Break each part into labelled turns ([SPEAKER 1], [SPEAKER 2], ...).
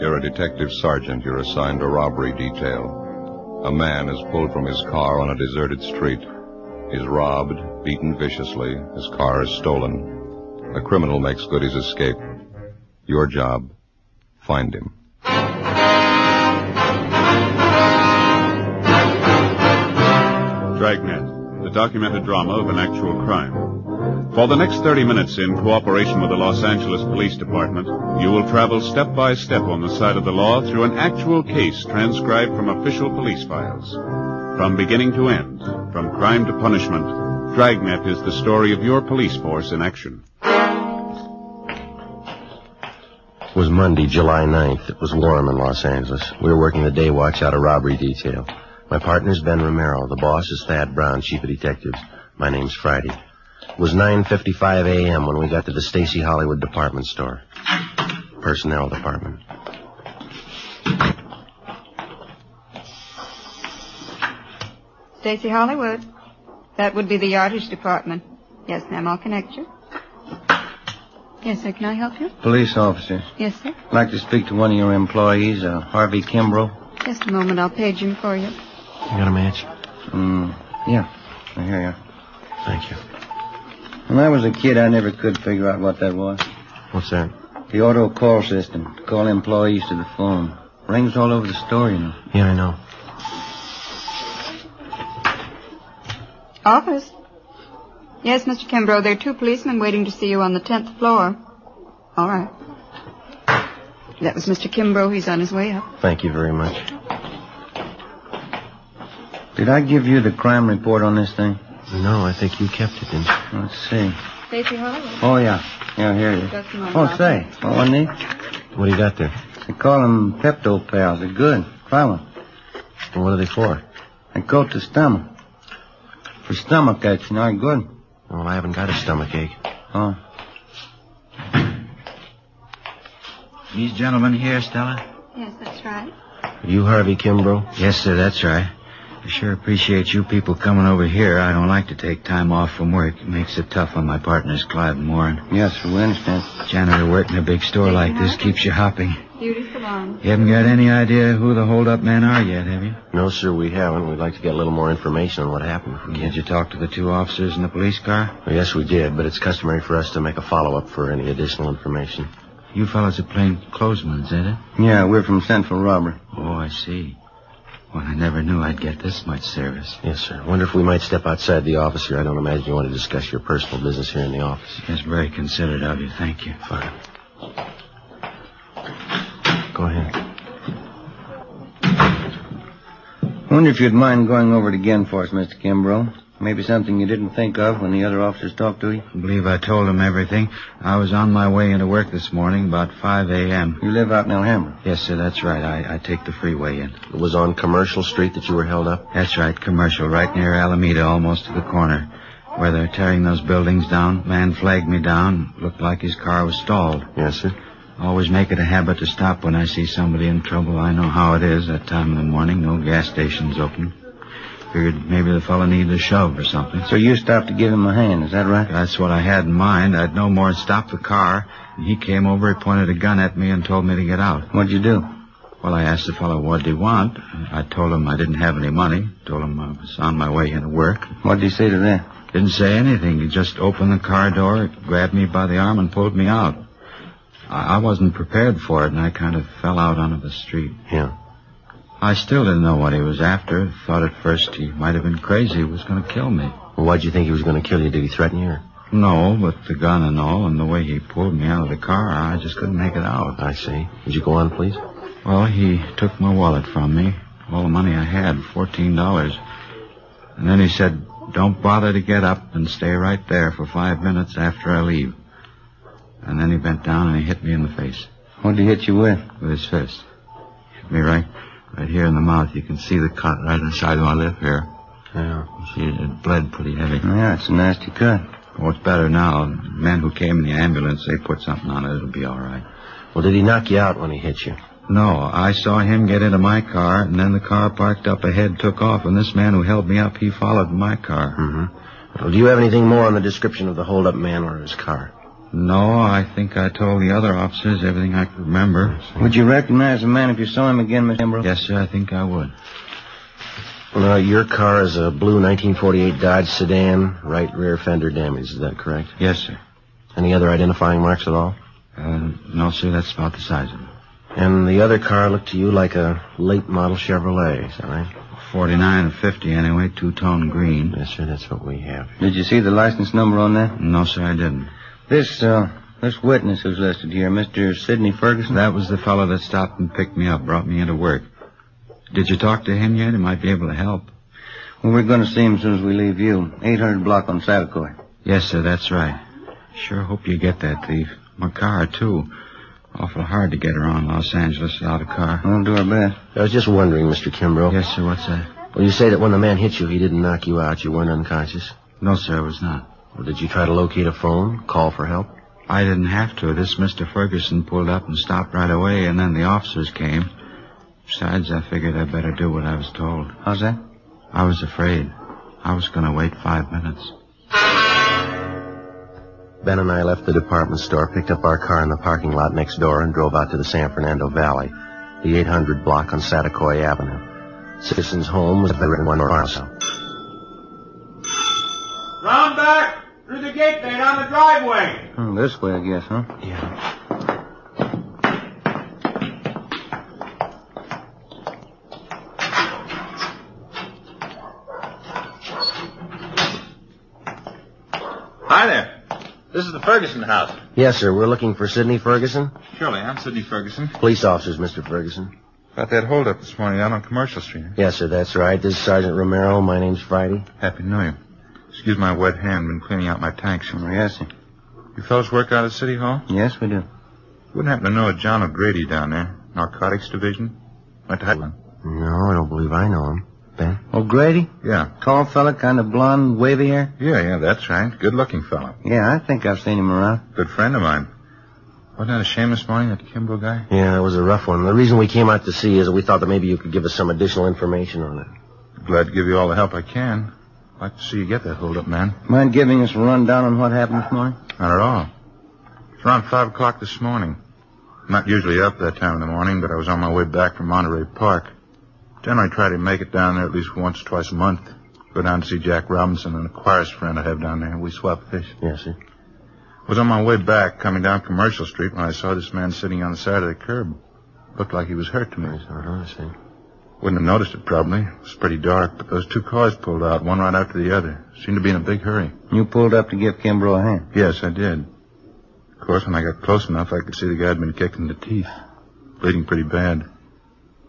[SPEAKER 1] You're a detective sergeant. You're assigned to robbery detail. A man is pulled from his car on a deserted street. He's robbed, beaten viciously. His car is stolen. The criminal makes good his escape. Your job, find him.
[SPEAKER 2] Dragnet, the documented drama of an actual crime. For the next 30 minutes, in cooperation with the Los Angeles Police Department, you will travel step by step on the side of the law through an actual case transcribed from official police files. From beginning to end, from crime to punishment, Dragnet is the story of your police force in action.
[SPEAKER 3] It was Monday, July 9th. It was warm in Los Angeles. We were working the day watch out of robbery detail. My partner's Ben Romero. The boss is Thad Brown, chief of detectives. My name's Friday. It was 9.55 a.m. when we got to the Stacy Hollywood department store. Personnel department.
[SPEAKER 4] Stacy Hollywood. That would be the yardage department. Yes, ma'am, I'll connect you. Yes, sir, can I help you?
[SPEAKER 5] Police officer.
[SPEAKER 4] Yes, sir.
[SPEAKER 5] I'd like to speak to one of your employees, uh, Harvey Kimbrell.
[SPEAKER 4] Just a moment, I'll page him for you.
[SPEAKER 3] You got a match?
[SPEAKER 5] Mm, yeah, I hear you.
[SPEAKER 3] Thank you.
[SPEAKER 5] When I was a kid, I never could figure out what that was.
[SPEAKER 3] What's that?
[SPEAKER 5] The auto call system. Call employees to the phone. Rings all over the store, you know.
[SPEAKER 3] Yeah, I know.
[SPEAKER 4] Office. Yes, Mr. Kimbrough, there are two policemen waiting to see you on the 10th floor. All right. That was Mr. Kimbrough. He's on his way up.
[SPEAKER 3] Thank you very much.
[SPEAKER 5] Did I give you the crime report on this thing?
[SPEAKER 3] No, I think you kept it, didn't you?
[SPEAKER 5] Let's see.
[SPEAKER 4] Stacy Hollywood.
[SPEAKER 5] Oh, yeah. Yeah, here it is.
[SPEAKER 4] Just a moment.
[SPEAKER 5] Oh, say, want one neat?
[SPEAKER 3] What do you got there?
[SPEAKER 5] They call them Pepto Pals. They're good. Try one.
[SPEAKER 3] And what are they for?
[SPEAKER 5] They coat the stomach. For stomach aches, you know, they're good.
[SPEAKER 3] Well, I haven't got a stomach ache.
[SPEAKER 5] Oh. These gentlemen here, Stella?
[SPEAKER 4] Yes, that's right.
[SPEAKER 3] You, Harvey Kimbrough?
[SPEAKER 5] Yes, sir, that's right. I sure appreciate you people coming over here. I don't like to take time off from work. It makes it tough on my partners, Clive and Warren. Yes, we understand. Janitor work in a big store like this keeps you hopping.
[SPEAKER 4] Beauty salon.
[SPEAKER 5] You haven't got any idea who the holdup men are yet, have you?
[SPEAKER 3] No, sir, we haven't. We'd like to get a little more information on what happened. if we can.
[SPEAKER 5] Did you talk to the two officers in the police car?
[SPEAKER 3] Well, yes, we did, but it's customary for us to make a follow-up for any additional information.
[SPEAKER 5] You fellas are plain clothesmen, ain't it? Yeah, we're from Central Robbery. Oh, I see. Well, I never knew I'd get this much service.
[SPEAKER 3] Yes, sir. Wonder if we might step outside the office here. I don't imagine you want to discuss your personal business here in the office.
[SPEAKER 5] It's very considerate of you. Thank you.
[SPEAKER 3] Fine. Go ahead.
[SPEAKER 5] Wonder if you'd mind going over it again for us, Mr. Kimbrough. Maybe something you didn't think of when the other officers talked to you. I believe I told them everything. I was on my way into work this morning, about 5 a.m. You live out in Alhambra? Yes, sir, that's right. I, I take the freeway in.
[SPEAKER 3] It was on Commercial Street that you were held up?
[SPEAKER 5] That's right, commercial, right near Alameda, almost to the corner. Where they're tearing those buildings down, man flagged me down. Looked like his car was stalled.
[SPEAKER 3] Yes, sir.
[SPEAKER 5] Always make it a habit to stop when I see somebody in trouble. I know how it is that time of the morning. No gas stations open. Figured maybe the fellow needed a shove or something. So you stopped to give him a hand, is that right? That's what I had in mind. I'd no more stopped the car. And he came over, he pointed a gun at me and told me to get out. What'd you do? Well, I asked the fellow, what'd he want? I told him I didn't have any money. Told him I was on my way into work. What'd he say to that? Didn't say anything. He just opened the car door, grabbed me by the arm, and pulled me out. I, I wasn't prepared for it, and I kind of fell out onto the street.
[SPEAKER 3] Yeah.
[SPEAKER 5] I still didn't know what he was after. Thought at first he might have been crazy, he was going to kill me.
[SPEAKER 3] Well, why'd you think he was going to kill you? Did he threaten you? Or...
[SPEAKER 5] No, but the gun and all, and the way he pulled me out of the car, I just couldn't make it out.
[SPEAKER 3] I see. Would you go on, please?
[SPEAKER 5] Well, he took my wallet from me, all the money I had, $14. And then he said, Don't bother to get up and stay right there for five minutes after I leave. And then he bent down and he hit me in the face.
[SPEAKER 3] What did he hit you with?
[SPEAKER 5] with his fist. Hit me right, right here in the mouth. You can see the cut right inside my lip here.
[SPEAKER 3] Yeah.
[SPEAKER 5] See, it bled pretty heavy.
[SPEAKER 3] Yeah, it's a nasty cut.
[SPEAKER 5] What's better now, the men who came in the ambulance, they put something on it. It'll be all right.
[SPEAKER 3] Well, did he knock you out when he hit you?
[SPEAKER 5] No, I saw him get into my car, and then the car parked up ahead took off, and this man who held me up, he followed in my car.
[SPEAKER 3] Mm-hmm. Well, do you have anything more on the description of the holdup man or his car?
[SPEAKER 5] No, I think I told the other officers everything I could remember.
[SPEAKER 3] Would you recognize the man if you saw him again, Mr. Embro?
[SPEAKER 5] Yes, sir, I think I would.
[SPEAKER 3] Now, uh, your car is a blue 1948 Dodge sedan, right rear fender damaged. Is that correct?
[SPEAKER 5] Yes, sir.
[SPEAKER 3] Any other identifying marks at all?
[SPEAKER 5] Uh, no, sir, that's about the size of it.
[SPEAKER 3] And the other car looked to you like a late model Chevrolet, is that right?
[SPEAKER 5] 49 and 50 anyway, two-tone green.
[SPEAKER 3] Yes, sir, that's what we have.
[SPEAKER 5] Did you see the license number on that? No, sir, I didn't.
[SPEAKER 3] This, uh, this witness who's listed here, Mr. Sidney Ferguson?
[SPEAKER 5] That was the fellow that stopped and picked me up, brought me into work. Did you talk to him yet? He might be able to help.
[SPEAKER 3] Well, we're going to see him as soon as we leave you. 800 block on Salcoy.
[SPEAKER 5] Yes, sir, that's right. Sure hope you get that thief. My car, too. Awful hard to get around Los Angeles without a car.
[SPEAKER 3] We'll do our best. I was just wondering, Mr. Kimbrough.
[SPEAKER 5] Yes, sir, what's that?
[SPEAKER 3] Well, you say that when the man hit you, he didn't knock you out. You weren't unconscious.
[SPEAKER 5] No, sir, it was not.
[SPEAKER 3] Well, did you try to locate a phone, call for help?
[SPEAKER 5] I didn't have to. This Mr. Ferguson pulled up and stopped right away, and then the officers came. Besides, I figured I'd better do what I was told.
[SPEAKER 3] How's that?
[SPEAKER 5] I was afraid. I was going to wait five minutes.
[SPEAKER 3] Ben and I left the department store, picked up our car in the parking lot next door, and drove out to the San Fernando Valley, the 800 block on Satakoy Avenue. Citizens' home was there in one or so.
[SPEAKER 6] Round back! Through the gate there, down the driveway!
[SPEAKER 5] Hmm, this way, I guess, huh?
[SPEAKER 3] Yeah.
[SPEAKER 7] Hi there. This is the Ferguson house.
[SPEAKER 3] Yes, sir. We're looking for Sidney Ferguson.
[SPEAKER 7] Surely, I'm Sidney Ferguson.
[SPEAKER 3] Police officers, Mr. Ferguson.
[SPEAKER 7] About that holdup this morning down on Commercial Street.
[SPEAKER 3] Yes, sir. That's right. This is Sergeant Romero. My name's Friday.
[SPEAKER 7] Happy to know you. Excuse my wet hand. Been cleaning out my tanks.
[SPEAKER 5] Yes, sir.
[SPEAKER 7] You fellows work out of City Hall?
[SPEAKER 5] Yes, we do.
[SPEAKER 7] Wouldn't happen to know a John O'Grady down there, Narcotics Division? Went to Highland.
[SPEAKER 3] No, I don't believe I know him. Ben?
[SPEAKER 5] O'Grady?
[SPEAKER 7] Yeah,
[SPEAKER 5] Oh, Tall fella, kind of blonde, wavy hair?
[SPEAKER 7] yeah, yeah. That's right. Good-looking fellow.
[SPEAKER 5] Yeah, I think I've seen him around.
[SPEAKER 7] Good friend of mine. Wasn't that a shame this morning that Kimbo guy?
[SPEAKER 3] Yeah, it was a rough one. The reason we came out to see is that we thought that maybe you could give us some additional information on it.
[SPEAKER 7] Glad to give you all the help I can. Like to see you get that holdup, man.
[SPEAKER 5] Mind giving us a rundown on what happened this morning?
[SPEAKER 7] Not at all. It's around five o'clock this morning. I'm not usually up that time in the morning, but I was on my way back from Monterey Park. Generally try to make it down there at least once, twice a month. Go down to see Jack Robinson, an aquarist friend I have down there, and we swap fish.
[SPEAKER 3] Yes, sir.
[SPEAKER 7] Was on my way back, coming down Commercial Street, when I saw this man sitting on the side of the curb. Looked like he was hurt to me.
[SPEAKER 3] Uh-huh, I see.
[SPEAKER 7] Wouldn't have noticed it probably. It was pretty dark, but those two cars pulled out, one right after the other. Seemed to be in a big hurry.
[SPEAKER 5] You pulled up to give Kimbrough a hand.
[SPEAKER 7] Yes, I did. Of course, when I got close enough, I could see the guy had been kicked in the teeth, bleeding pretty bad.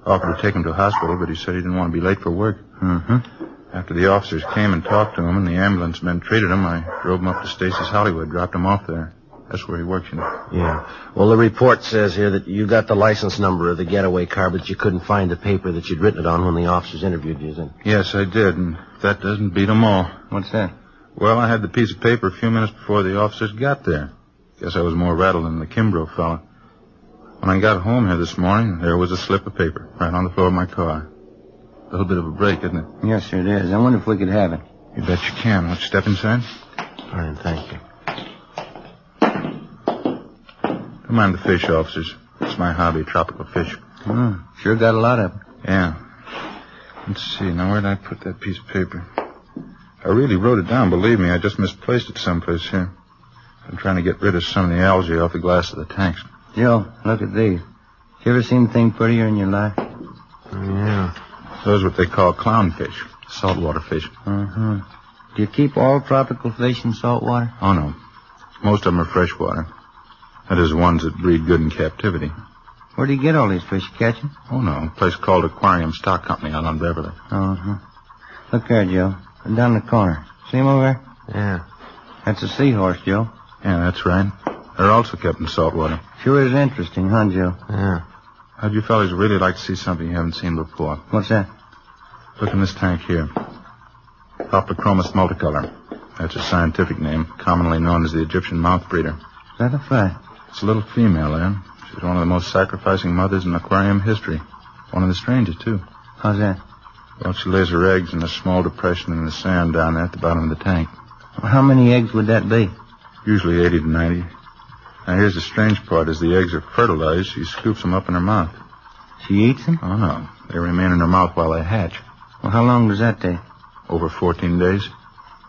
[SPEAKER 7] Offered to take him to a hospital, but he said he didn't want to be late for work.
[SPEAKER 5] Mm-hmm.
[SPEAKER 7] After the officers came and talked to him and the ambulance men treated him, I drove him up to Stacy's Hollywood, dropped him off there. That's where he works, you know.
[SPEAKER 3] Yeah. Well, the report says here that you got the license number of the getaway car, but you couldn't find the paper that you'd written it on when the officers interviewed you. Then.
[SPEAKER 7] Yes, I did, and that doesn't beat 'em all.
[SPEAKER 5] What's that?
[SPEAKER 7] Well, I had the piece of paper a few minutes before the officers got there. Guess I was more rattled than the Kimbrough fella. When I got home here this morning, there was a slip of paper right on the floor of my car. A little bit of a break, isn't it?
[SPEAKER 5] Yes, sir, it is. I wonder if we could have it.
[SPEAKER 7] You bet you can. Won't you step inside?
[SPEAKER 3] All right, thank you.
[SPEAKER 7] Don't mind the fish, officers. It's my hobby, tropical fish.
[SPEAKER 5] Mm, sure got a lot of 'em.
[SPEAKER 7] Yeah. Let's see. Now, where'd I put that piece of paper? I really wrote it down, believe me. I just misplaced it someplace here. I'm trying to get rid of some of the algae off the glass of the tanks.
[SPEAKER 5] Joe, look at these. You ever seen anything prettier in your life?
[SPEAKER 3] Uh,
[SPEAKER 5] Yeah. Those are what they call clownfish. Saltwater fish.
[SPEAKER 8] Uh-huh. Do you keep all tropical fish in salt water?
[SPEAKER 5] Oh, no. Most of them are freshwater. That is, ones that breed good in captivity.
[SPEAKER 8] Where do you get all these fish? You catch 'em?
[SPEAKER 5] Oh, no. A place called Aquarium Stock Company out on Beverly.
[SPEAKER 8] Uh-huh. Look there, Joe. Down the corner. See him over there?
[SPEAKER 5] Yeah.
[SPEAKER 8] That's a seahorse, Joe.
[SPEAKER 5] Yeah, that's right. They're also kept in salt water.
[SPEAKER 8] Sure is interesting, huh, Joe?
[SPEAKER 5] Yeah. How'd you fellas really like to see something you haven't seen before?
[SPEAKER 8] What's that?
[SPEAKER 5] Look in this tank here. Hoplochromous multicolor. That's a scientific name, commonly known as the Egyptian mouth breeder.
[SPEAKER 8] Is that a fact?
[SPEAKER 5] It's a little female there. She's one of the most sacrificing mothers in aquarium history. One of the strangest, too.
[SPEAKER 8] How's that?
[SPEAKER 5] Well, she lays her eggs in a small depression in the sand down there at the bottom of the tank.
[SPEAKER 8] How many eggs would that be?
[SPEAKER 5] Usually 80 to 90. Now, here's the strange part. As the eggs are fertilized, she scoops them up in her mouth.
[SPEAKER 8] She eats them?
[SPEAKER 5] Oh, no. They remain in her mouth while they hatch.
[SPEAKER 8] Well, how long does that take?
[SPEAKER 5] Over 14 days.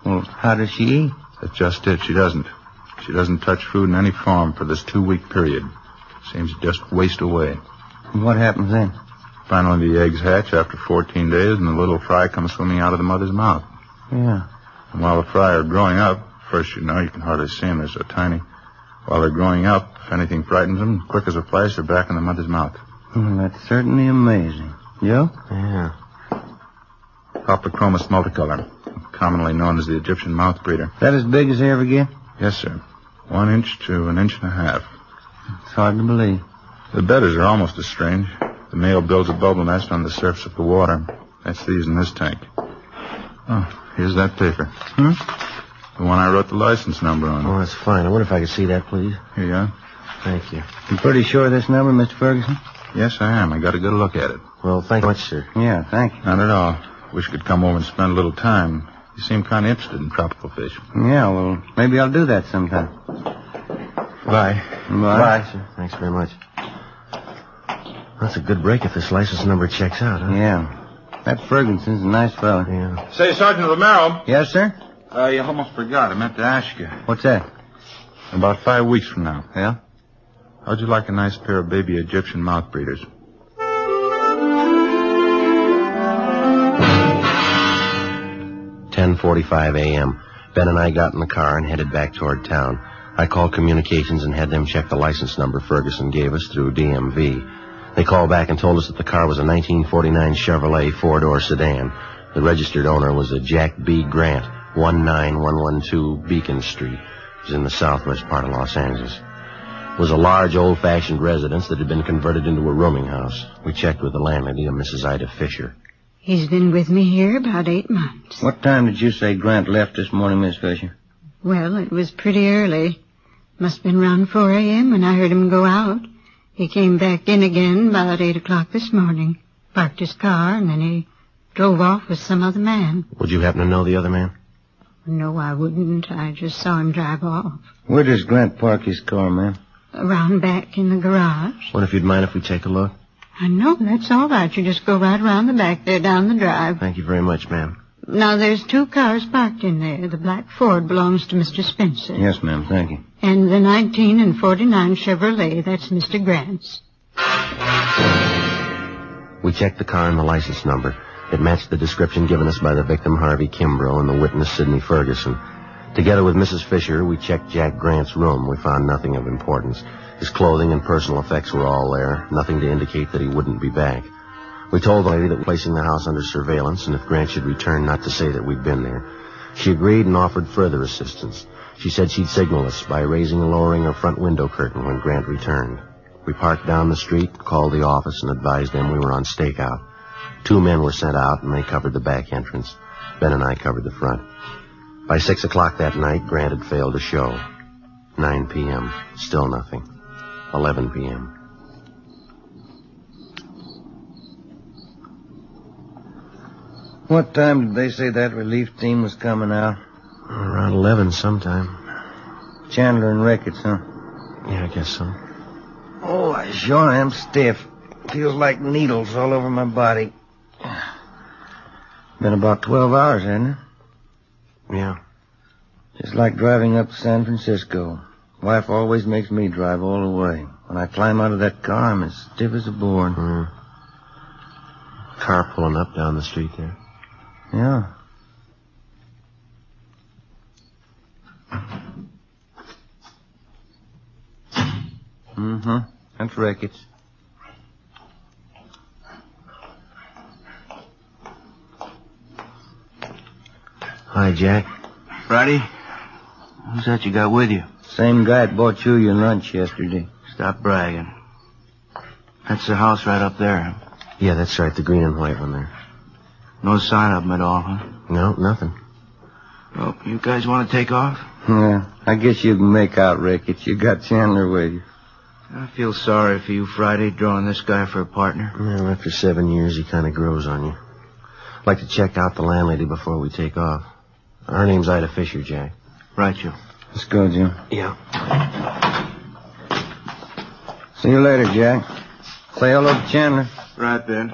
[SPEAKER 8] Well, how does she eat?
[SPEAKER 5] That's just it. She doesn't. She doesn't touch food in any form for this two-week period. Seems to just waste away.
[SPEAKER 8] And what happens then?
[SPEAKER 5] Finally, the eggs hatch after 14 days, and the little fry comes swimming out of the mother's mouth.
[SPEAKER 8] Yeah.
[SPEAKER 5] And while the fry are growing up, first, you know, you can hardly see them. They're so tiny. While they're growing up, if anything frightens them, quick as a flash, they're back in the mother's mouth. Mm,
[SPEAKER 8] Well, that's certainly amazing. Joe?
[SPEAKER 5] Yeah. Hoplochromous multicolor, commonly known as the Egyptian mouth breeder.
[SPEAKER 8] Is that as big as they ever get?
[SPEAKER 5] Yes, sir. One inch to an inch and a half.
[SPEAKER 8] It's hard to believe.
[SPEAKER 5] The bedders are almost as strange. The male builds a bubble nest on the surface of the water. That's these in this tank. Oh, here's that paper.
[SPEAKER 8] Hmm?
[SPEAKER 5] The one I wrote the license number on.
[SPEAKER 3] Oh, that's fine. I wonder if I could see that, please.
[SPEAKER 5] Here you are.
[SPEAKER 3] Thank you.
[SPEAKER 8] You pretty sure of this number, Mr. Ferguson?
[SPEAKER 5] Yes, I am. I got a good look at it.
[SPEAKER 3] Well, thank you much, sir.
[SPEAKER 8] Yeah, thank you.
[SPEAKER 5] Not at all. Wish you could come over and spend a little time. You seem kind of interested in tropical fish.
[SPEAKER 8] Yeah, well, maybe I'll do that sometime.
[SPEAKER 3] Bye.
[SPEAKER 8] Bye.
[SPEAKER 3] sir. Thanks very much. That's a good break if this license number checks out, huh?
[SPEAKER 8] Yeah. That Ferguson's a nice fellow.
[SPEAKER 3] Yeah.
[SPEAKER 9] Say, Sergeant Romero.
[SPEAKER 8] Yes, sir?
[SPEAKER 5] Uh, you almost forgot. I meant to ask you.
[SPEAKER 8] What's that?
[SPEAKER 5] About five weeks from now.
[SPEAKER 8] Yeah?
[SPEAKER 5] How'd you like a nice pair of baby Egyptian mouth breeders?
[SPEAKER 3] Ten forty-five a.m. Ben and I got in the car and headed back toward town. I called communications and had them check the license number Ferguson gave us through DMV. They called back and told us that the car was a 1949 Chevrolet four-door sedan. The registered owner was a Jack B. Grant, 19112 Beacon Street, which is in the southwest part of Los Angeles. It was a large, old-fashioned residence that had been converted into a rooming house. We checked with the landlady, a Mrs. Ida Fisher.
[SPEAKER 4] He's been with me here about eight months.
[SPEAKER 8] What time did you say Grant left this morning, Miss Fisher?
[SPEAKER 4] Well, it was pretty early. Must have been round 4 a.m. when I heard him go out. He came back in again about 8 o'clock this morning, parked his car, and then he drove off with some other man.
[SPEAKER 3] Would you happen to know the other man?
[SPEAKER 4] No, I wouldn't. I just saw him drive off.
[SPEAKER 8] Where does Grant park his car, ma'am?
[SPEAKER 4] Around back in the garage.
[SPEAKER 3] What if you'd mind if we take a look?
[SPEAKER 4] I know, that's all right. You just go right around the back there down the drive.
[SPEAKER 3] Thank you very much, ma'am.
[SPEAKER 4] Now, there's two cars parked in there. The black Ford belongs to Mr. Spencer.
[SPEAKER 8] Yes, ma'am, thank you.
[SPEAKER 4] And the 19 and 49 Chevrolet, that's Mr. Grant's.
[SPEAKER 3] We checked the car and the license number. It matched the description given us by the victim, Harvey Kimbrough, and the witness, Sidney Ferguson. Together with Mrs. Fisher, we checked Jack Grant's room. We found nothing of importance. His clothing and personal effects were all there, nothing to indicate that he wouldn't be back. We told the lady that we're placing the house under surveillance, and if Grant should return, not to say that we'd been there. She agreed and offered further assistance. She said she'd signal us by raising and lowering her front window curtain when Grant returned. We parked down the street, called the office, and advised them we were on stakeout. Two men were sent out, and they covered the back entrance. Ben and I covered the front. By six o'clock that night, Grant had failed to show. 9 p.m. Still nothing. 11 p.m.
[SPEAKER 8] What time did they say that relief team was coming out?
[SPEAKER 3] Around 11 sometime.
[SPEAKER 8] Chandler and Ricketts, huh?
[SPEAKER 3] Yeah, I guess so.
[SPEAKER 8] Oh, I sure am stiff. Feels like needles all over my body. Been about 12 hours, hasn't it?
[SPEAKER 3] Yeah.
[SPEAKER 8] Just like driving up to San Francisco. Wife always makes me drive all the way. When I climb out of that car, I'm as stiff as a board.
[SPEAKER 3] Hmm. car pulling up down the street there?
[SPEAKER 5] Yeah. Mm-hmm. That's Ricketts.
[SPEAKER 3] Hi, Jack.
[SPEAKER 5] Friday? Who's that you got with you? Same guy that bought you your lunch yesterday. Stop bragging. That's the house right up there.
[SPEAKER 3] Yeah, that's right, the green and white one there.
[SPEAKER 5] No sign of 'em at all, huh?
[SPEAKER 3] No, nothing.
[SPEAKER 5] Well, you guys want to take off?
[SPEAKER 3] Yeah, I guess you can make out, Ricketts. You got Chandler with you.
[SPEAKER 5] I feel sorry for you, Friday, drawing this guy for a partner.
[SPEAKER 3] Well, after seven years, he kind of grows on you. I'd like to check out the landlady before we take off. Her name's Ida Fisher, Jack.
[SPEAKER 5] Right, you.
[SPEAKER 3] Let's go, Jim. Yeah.
[SPEAKER 5] See you later, Jack. Say hello to Chandler.
[SPEAKER 3] Right then.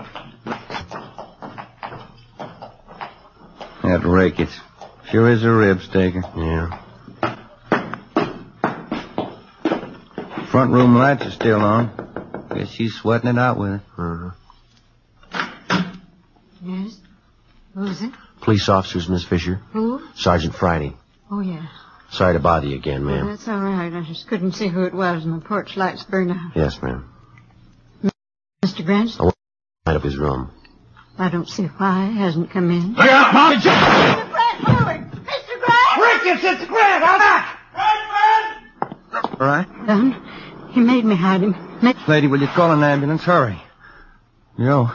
[SPEAKER 5] That Ricketts. Sure is a rib staker.
[SPEAKER 3] Yeah.
[SPEAKER 5] Front room lights are still on. Guess she's sweating it out with it.
[SPEAKER 3] uh
[SPEAKER 4] Yes? Who's it?
[SPEAKER 3] Police officers, Miss Fisher.
[SPEAKER 4] Who?
[SPEAKER 3] Sergeant Friday.
[SPEAKER 4] Oh, yes.
[SPEAKER 3] Sorry to bother you again,
[SPEAKER 4] Oh,
[SPEAKER 3] ma'am.
[SPEAKER 4] that's all right. I just couldn't see who it was, and the porch lights burned out.
[SPEAKER 3] Yes, ma'am.
[SPEAKER 4] Mr. Branch,
[SPEAKER 3] Light up his room.
[SPEAKER 4] I don't see why he hasn't come in.
[SPEAKER 6] Mr. Grant, moving! Mr. Grant! Ricketts, it's Grant! I'm back!
[SPEAKER 5] All right.
[SPEAKER 4] Done. He made me hide him. Ma-
[SPEAKER 5] Lady, will you call an ambulance? Hurry. Yo,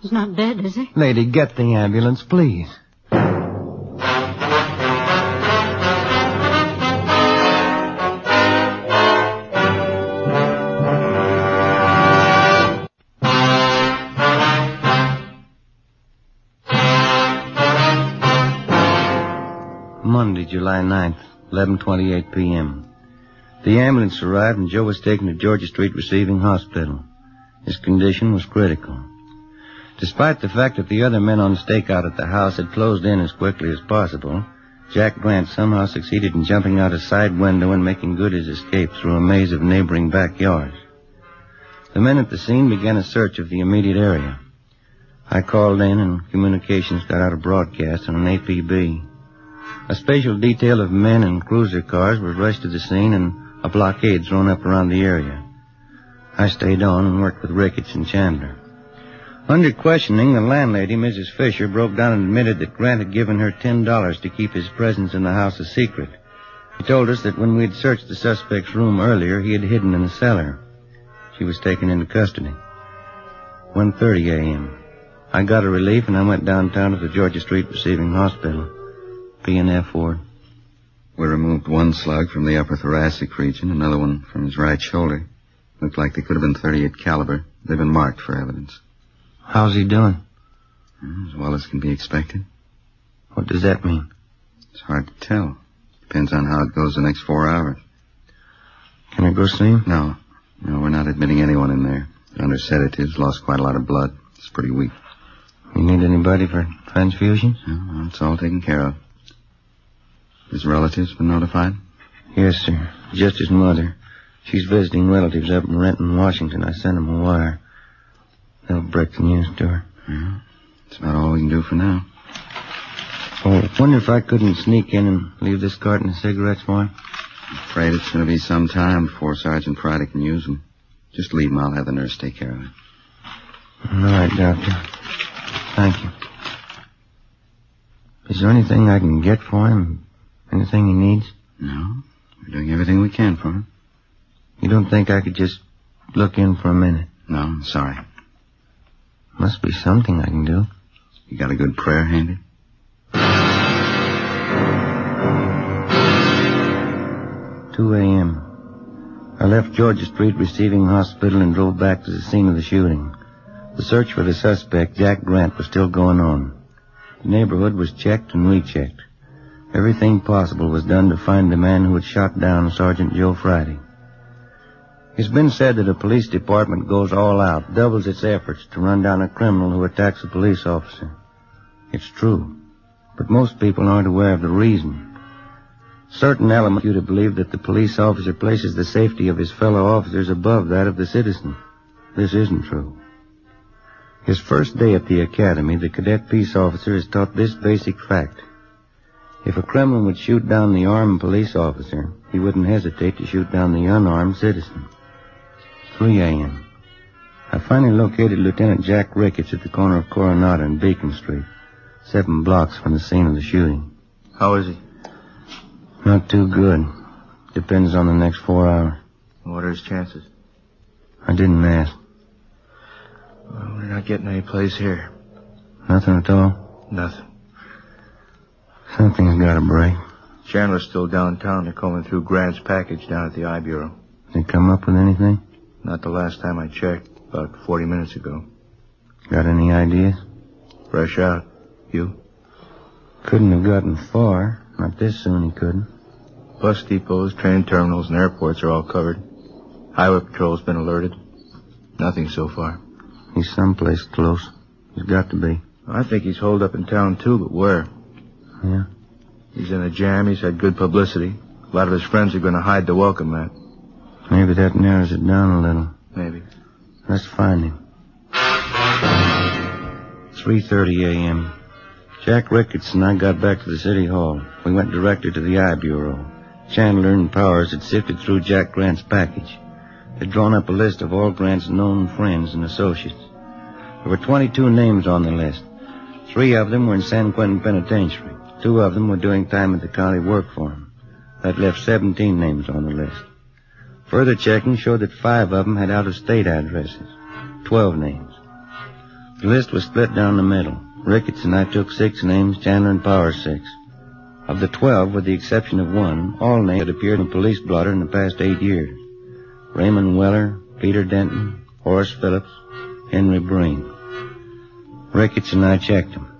[SPEAKER 4] He's not dead, is he?
[SPEAKER 5] lady, get the ambulance, please. Monday, July 9th, 11:28 p.m. The ambulance arrived and Joe was taken to Georgia Street Receiving Hospital. His condition was critical. Despite the fact that the other men on stakeout at the house had closed in as quickly as possible, Jack Grant somehow succeeded in jumping out a side window and making good his escape through a maze of neighboring backyards. The men at the scene began a search of the immediate area. I called in and communications got out a broadcast on an APB. A special detail of men and cruiser cars was rushed to the scene and a blockade thrown up around the area. I stayed on and worked with Ricketts and Chandler. Under questioning, the landlady, Mrs. Fisher, broke down and admitted that Grant had given her $10 to keep his presence in the house a secret. She told us that when we had searched the suspect's room earlier, he had hidden in the cellar. She was taken into custody. 1.30 a.m. I got a relief and I went downtown to the Georgia Street Receiving Hospital. P&F Ward. We removed one slug from the upper thoracic region, another one from his right shoulder. Looked like they could have been 38 caliber. They've been marked for evidence. How's he doing? As well as can be expected. What does that mean? It's hard to tell. Depends on how it goes the next four hours. Can I go see him? No. No, we're not admitting anyone in there. Under sedatives, lost quite a lot of blood. It's pretty weak. You need anybody for transfusions? No, it's all taken care of. His relatives been notified? Yes, sir. Just his mother. She's visiting relatives up in Renton, Washington. I sent him a wire. They'll break the news to her. Yeah. That's about all we can do for now. Oh, I wonder if I couldn't sneak in and leave this carton of cigarettes for him. Afraid it's going to be some time before Sergeant Friday can use them. Just leave them. I'll have the nurse take care of it. All right, Doctor. Thank you. Is there anything I can get for him? Anything he needs? No. We're doing everything we can for him. You don't think I could just look in for a minute? No, I'm sorry. Must be something I can do. You got a good prayer handy? Two AM. I left Georgia Street Receiving Hospital and drove back to the scene of the shooting. The search for the suspect, Jack Grant, was still going on. The neighborhood was checked and rechecked. Everything possible was done to find the man who had shot down Sergeant Joe Friday. It's been said that a police department goes all out, doubles its efforts to run down a criminal who attacks a police officer. It's true, but most people aren't aware of the reason. Certain elements you to believe that the police officer places the safety of his fellow officers above that of the citizen. This isn't true. His first day at the academy, the cadet peace officer is taught this basic fact. If a Kremlin would shoot down the armed police officer, he wouldn't hesitate to shoot down the unarmed citizen. 3 a.m. I finally located Lieutenant Jack Ricketts at the corner of Coronado and Beacon Street, seven blocks from the scene of the shooting.
[SPEAKER 7] How is he?
[SPEAKER 5] Not too good. Depends on the next four hours.
[SPEAKER 7] What are his chances?
[SPEAKER 5] I didn't ask.
[SPEAKER 7] Well, we're not getting any place here.
[SPEAKER 5] Nothing at all.
[SPEAKER 7] Nothing.
[SPEAKER 5] Something's got to break.
[SPEAKER 7] Chandler's still downtown. They're combing through Grant's package down at the I Bureau.
[SPEAKER 5] Did they come up with anything?
[SPEAKER 7] Not the last time I checked, about 40 minutes ago.
[SPEAKER 5] Got any ideas?
[SPEAKER 7] Fresh out. You?
[SPEAKER 5] Couldn't have gotten far. Not this soon he couldn't.
[SPEAKER 7] Bus depots, train terminals, and airports are all covered. Highway Patrol's been alerted. Nothing so far.
[SPEAKER 5] He's someplace close. He's got to be.
[SPEAKER 7] I think he's holed up in town too, but where?
[SPEAKER 5] Yeah.
[SPEAKER 7] He's in a jam. He's had good publicity. A lot of his friends are going to hide to welcome that.
[SPEAKER 5] Maybe that narrows it down a little.
[SPEAKER 7] Maybe.
[SPEAKER 5] Let's find him. 3.30 a.m. Jack Ricketts and I got back to the city hall. We went directly to the I Bureau. Chandler and Powers had sifted through Jack Grant's package. They'd drawn up a list of all Grant's known friends and associates. There were 22 names on the list. Three of them were in San Quentin Penitentiary. Two of them were doing time at the county work for him. That left 17 names on the list. Further checking showed that five of them had out-of-state addresses. 12 names. The list was split down the middle. Ricketts and I took six names, Chandler and Powers six. Of the 12, with the exception of one, all names had appeared in a police blotter in the past eight years. Raymond Weller, Peter Denton, Horace Phillips, Henry Breen. Ricketts and I checked them.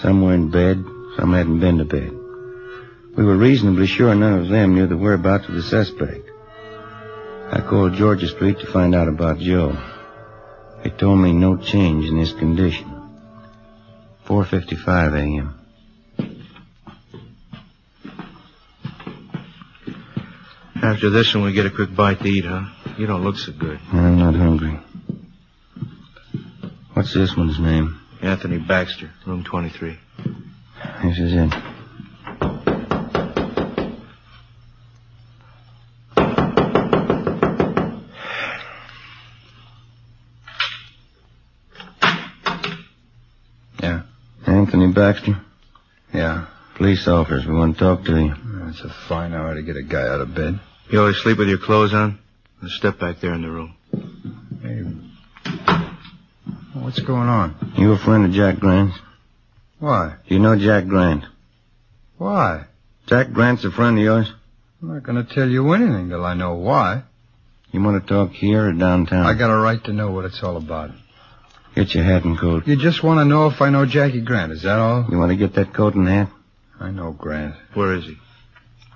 [SPEAKER 5] Some were in bed, some hadn't been to bed. We were reasonably sure none of them knew the whereabouts of the suspect. I called Georgia Street to find out about Joe. They told me no change in his condition. 4.55 a.m.
[SPEAKER 7] After this one, we get a quick bite to eat, huh? You don't look so good.
[SPEAKER 5] I'm not hungry. What's this one's name?
[SPEAKER 7] Anthony Baxter, room 23.
[SPEAKER 5] This is it.
[SPEAKER 7] Yeah.
[SPEAKER 5] Anthony Baxter.
[SPEAKER 7] Yeah.
[SPEAKER 5] Police officers, we want to talk to you.
[SPEAKER 7] That's a fine hour to get a guy out of bed. You always sleep with your clothes on? Now step back there in the room. What's going on?
[SPEAKER 5] You a friend of Jack Grant's?
[SPEAKER 7] Why?
[SPEAKER 5] You know Jack Grant.
[SPEAKER 7] Why?
[SPEAKER 5] Jack Grant's a friend of yours?
[SPEAKER 7] I'm not going to tell you anything till I know why.
[SPEAKER 5] You want to talk here or downtown?
[SPEAKER 7] I got a right to know what it's all about.
[SPEAKER 5] Get your hat and coat.
[SPEAKER 7] You just want to know if I know Jackie Grant, is that all?
[SPEAKER 5] You want to get that coat and hat?
[SPEAKER 7] I know Grant.
[SPEAKER 5] Where is he?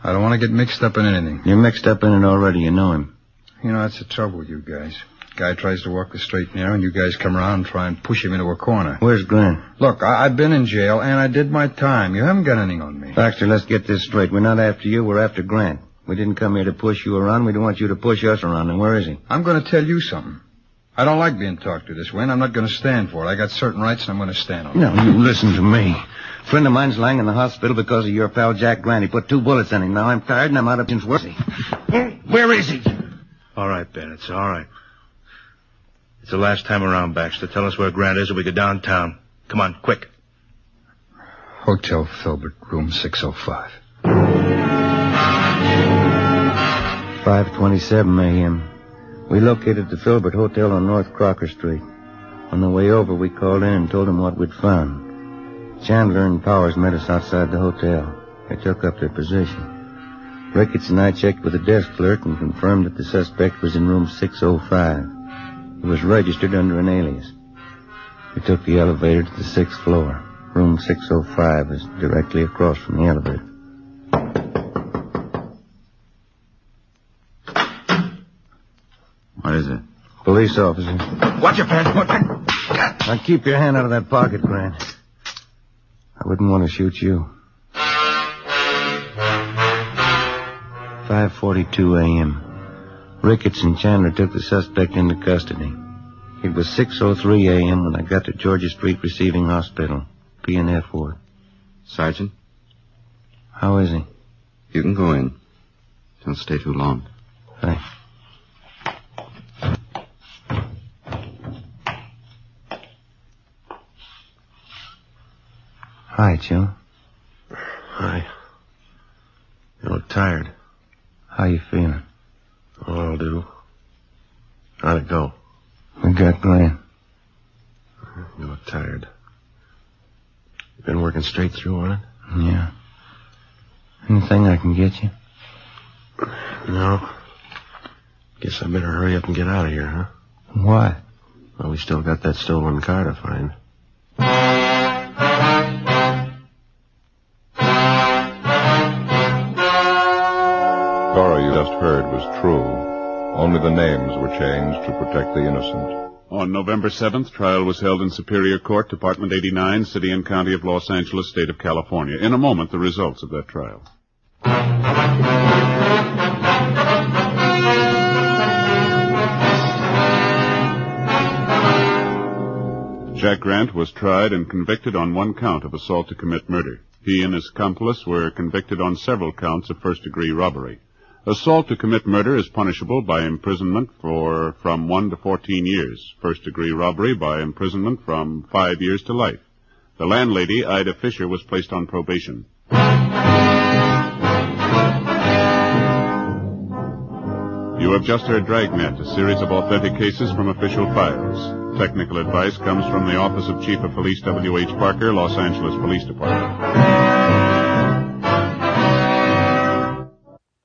[SPEAKER 7] I don't want to get mixed up in anything.
[SPEAKER 5] You're mixed up in it already. You know him.
[SPEAKER 7] You know, that's the trouble with you guys. Guy tries to walk the straight and narrow, and you guys come around and try and push him into a corner.
[SPEAKER 5] Where's Grant?
[SPEAKER 7] Look, I- I've been in jail, and I did my time. You haven't got anything on me.
[SPEAKER 5] Baxter, let's get this straight. We're not after you. We're after Grant. We didn't come here to push you around. We don't want you to push us around. And where is he?
[SPEAKER 7] I'm going to tell you something. I don't like being talked to this way, and I'm not going to stand for it. I got certain rights, and I'm going to stand on them.
[SPEAKER 5] No, you listen to me. Friend of mine's lying in the hospital because of your pal Jack Grant. He put two bullets in him. Now I'm tired and I'm out of since where's he? Where is he?
[SPEAKER 7] All right, Ben, it's all right. It's the last time around, Baxter. Tell us where Grant is, or we go downtown. Come on, quick. Hotel Filbert, room 605.
[SPEAKER 5] 5:27 a.m. We located the Filbert Hotel on North Crocker Street. On the way over, we called in and told them what we'd found. Chandler and Powers met us outside the hotel. They took up their position. Ricketts and I checked with the desk clerk and confirmed that the suspect was in room 605. He was registered under an alias. We took the elevator to the sixth floor. Room 605 is directly across from the elevator.
[SPEAKER 3] What is it?
[SPEAKER 5] Police officer.
[SPEAKER 3] Watch your pants.
[SPEAKER 5] Now keep your hand out of that pocket, Grant. I wouldn't want to shoot you. 5.42 a.m. Ricketts and Chandler took the suspect into custody. It was 6.03 a.m. when I got to Georgia Street Receiving Hospital, P&F ward.
[SPEAKER 3] Sergeant,
[SPEAKER 5] How is he?
[SPEAKER 3] you can go in. Don't stay too long.
[SPEAKER 5] Thanks. Hi, Joe.
[SPEAKER 10] Hi. You look tired.
[SPEAKER 5] How you feeling?
[SPEAKER 10] Oh, I'll do. How'd it go?
[SPEAKER 5] We got Glenn.
[SPEAKER 10] You look tired. You been working straight through on it?
[SPEAKER 5] Yeah. Anything I can get you?
[SPEAKER 10] No. Guess I better hurry up and get out of here, huh?
[SPEAKER 5] What?
[SPEAKER 10] Well, we still got that stolen car to find.
[SPEAKER 11] Cora you just heard was true. Only the names were changed to protect the innocent.
[SPEAKER 2] On November 7th, trial was held in Superior Court, Department 89, City and County of Los Angeles, State of California. In a moment, the results of that trial. Jack Grant was tried and convicted on one count of assault to commit murder. He and his accomplice were convicted on several counts of first-degree robbery. Assault to commit murder is punishable by imprisonment for from 1 to 14 years. First degree robbery by imprisonment from 5 years to life. The landlady, Ida Fisher, was placed on probation. You have just heard Dragnet, a series of authentic cases from official files. Technical advice comes from the Office of Chief of Police W.H. Parker, Los Angeles Police Department.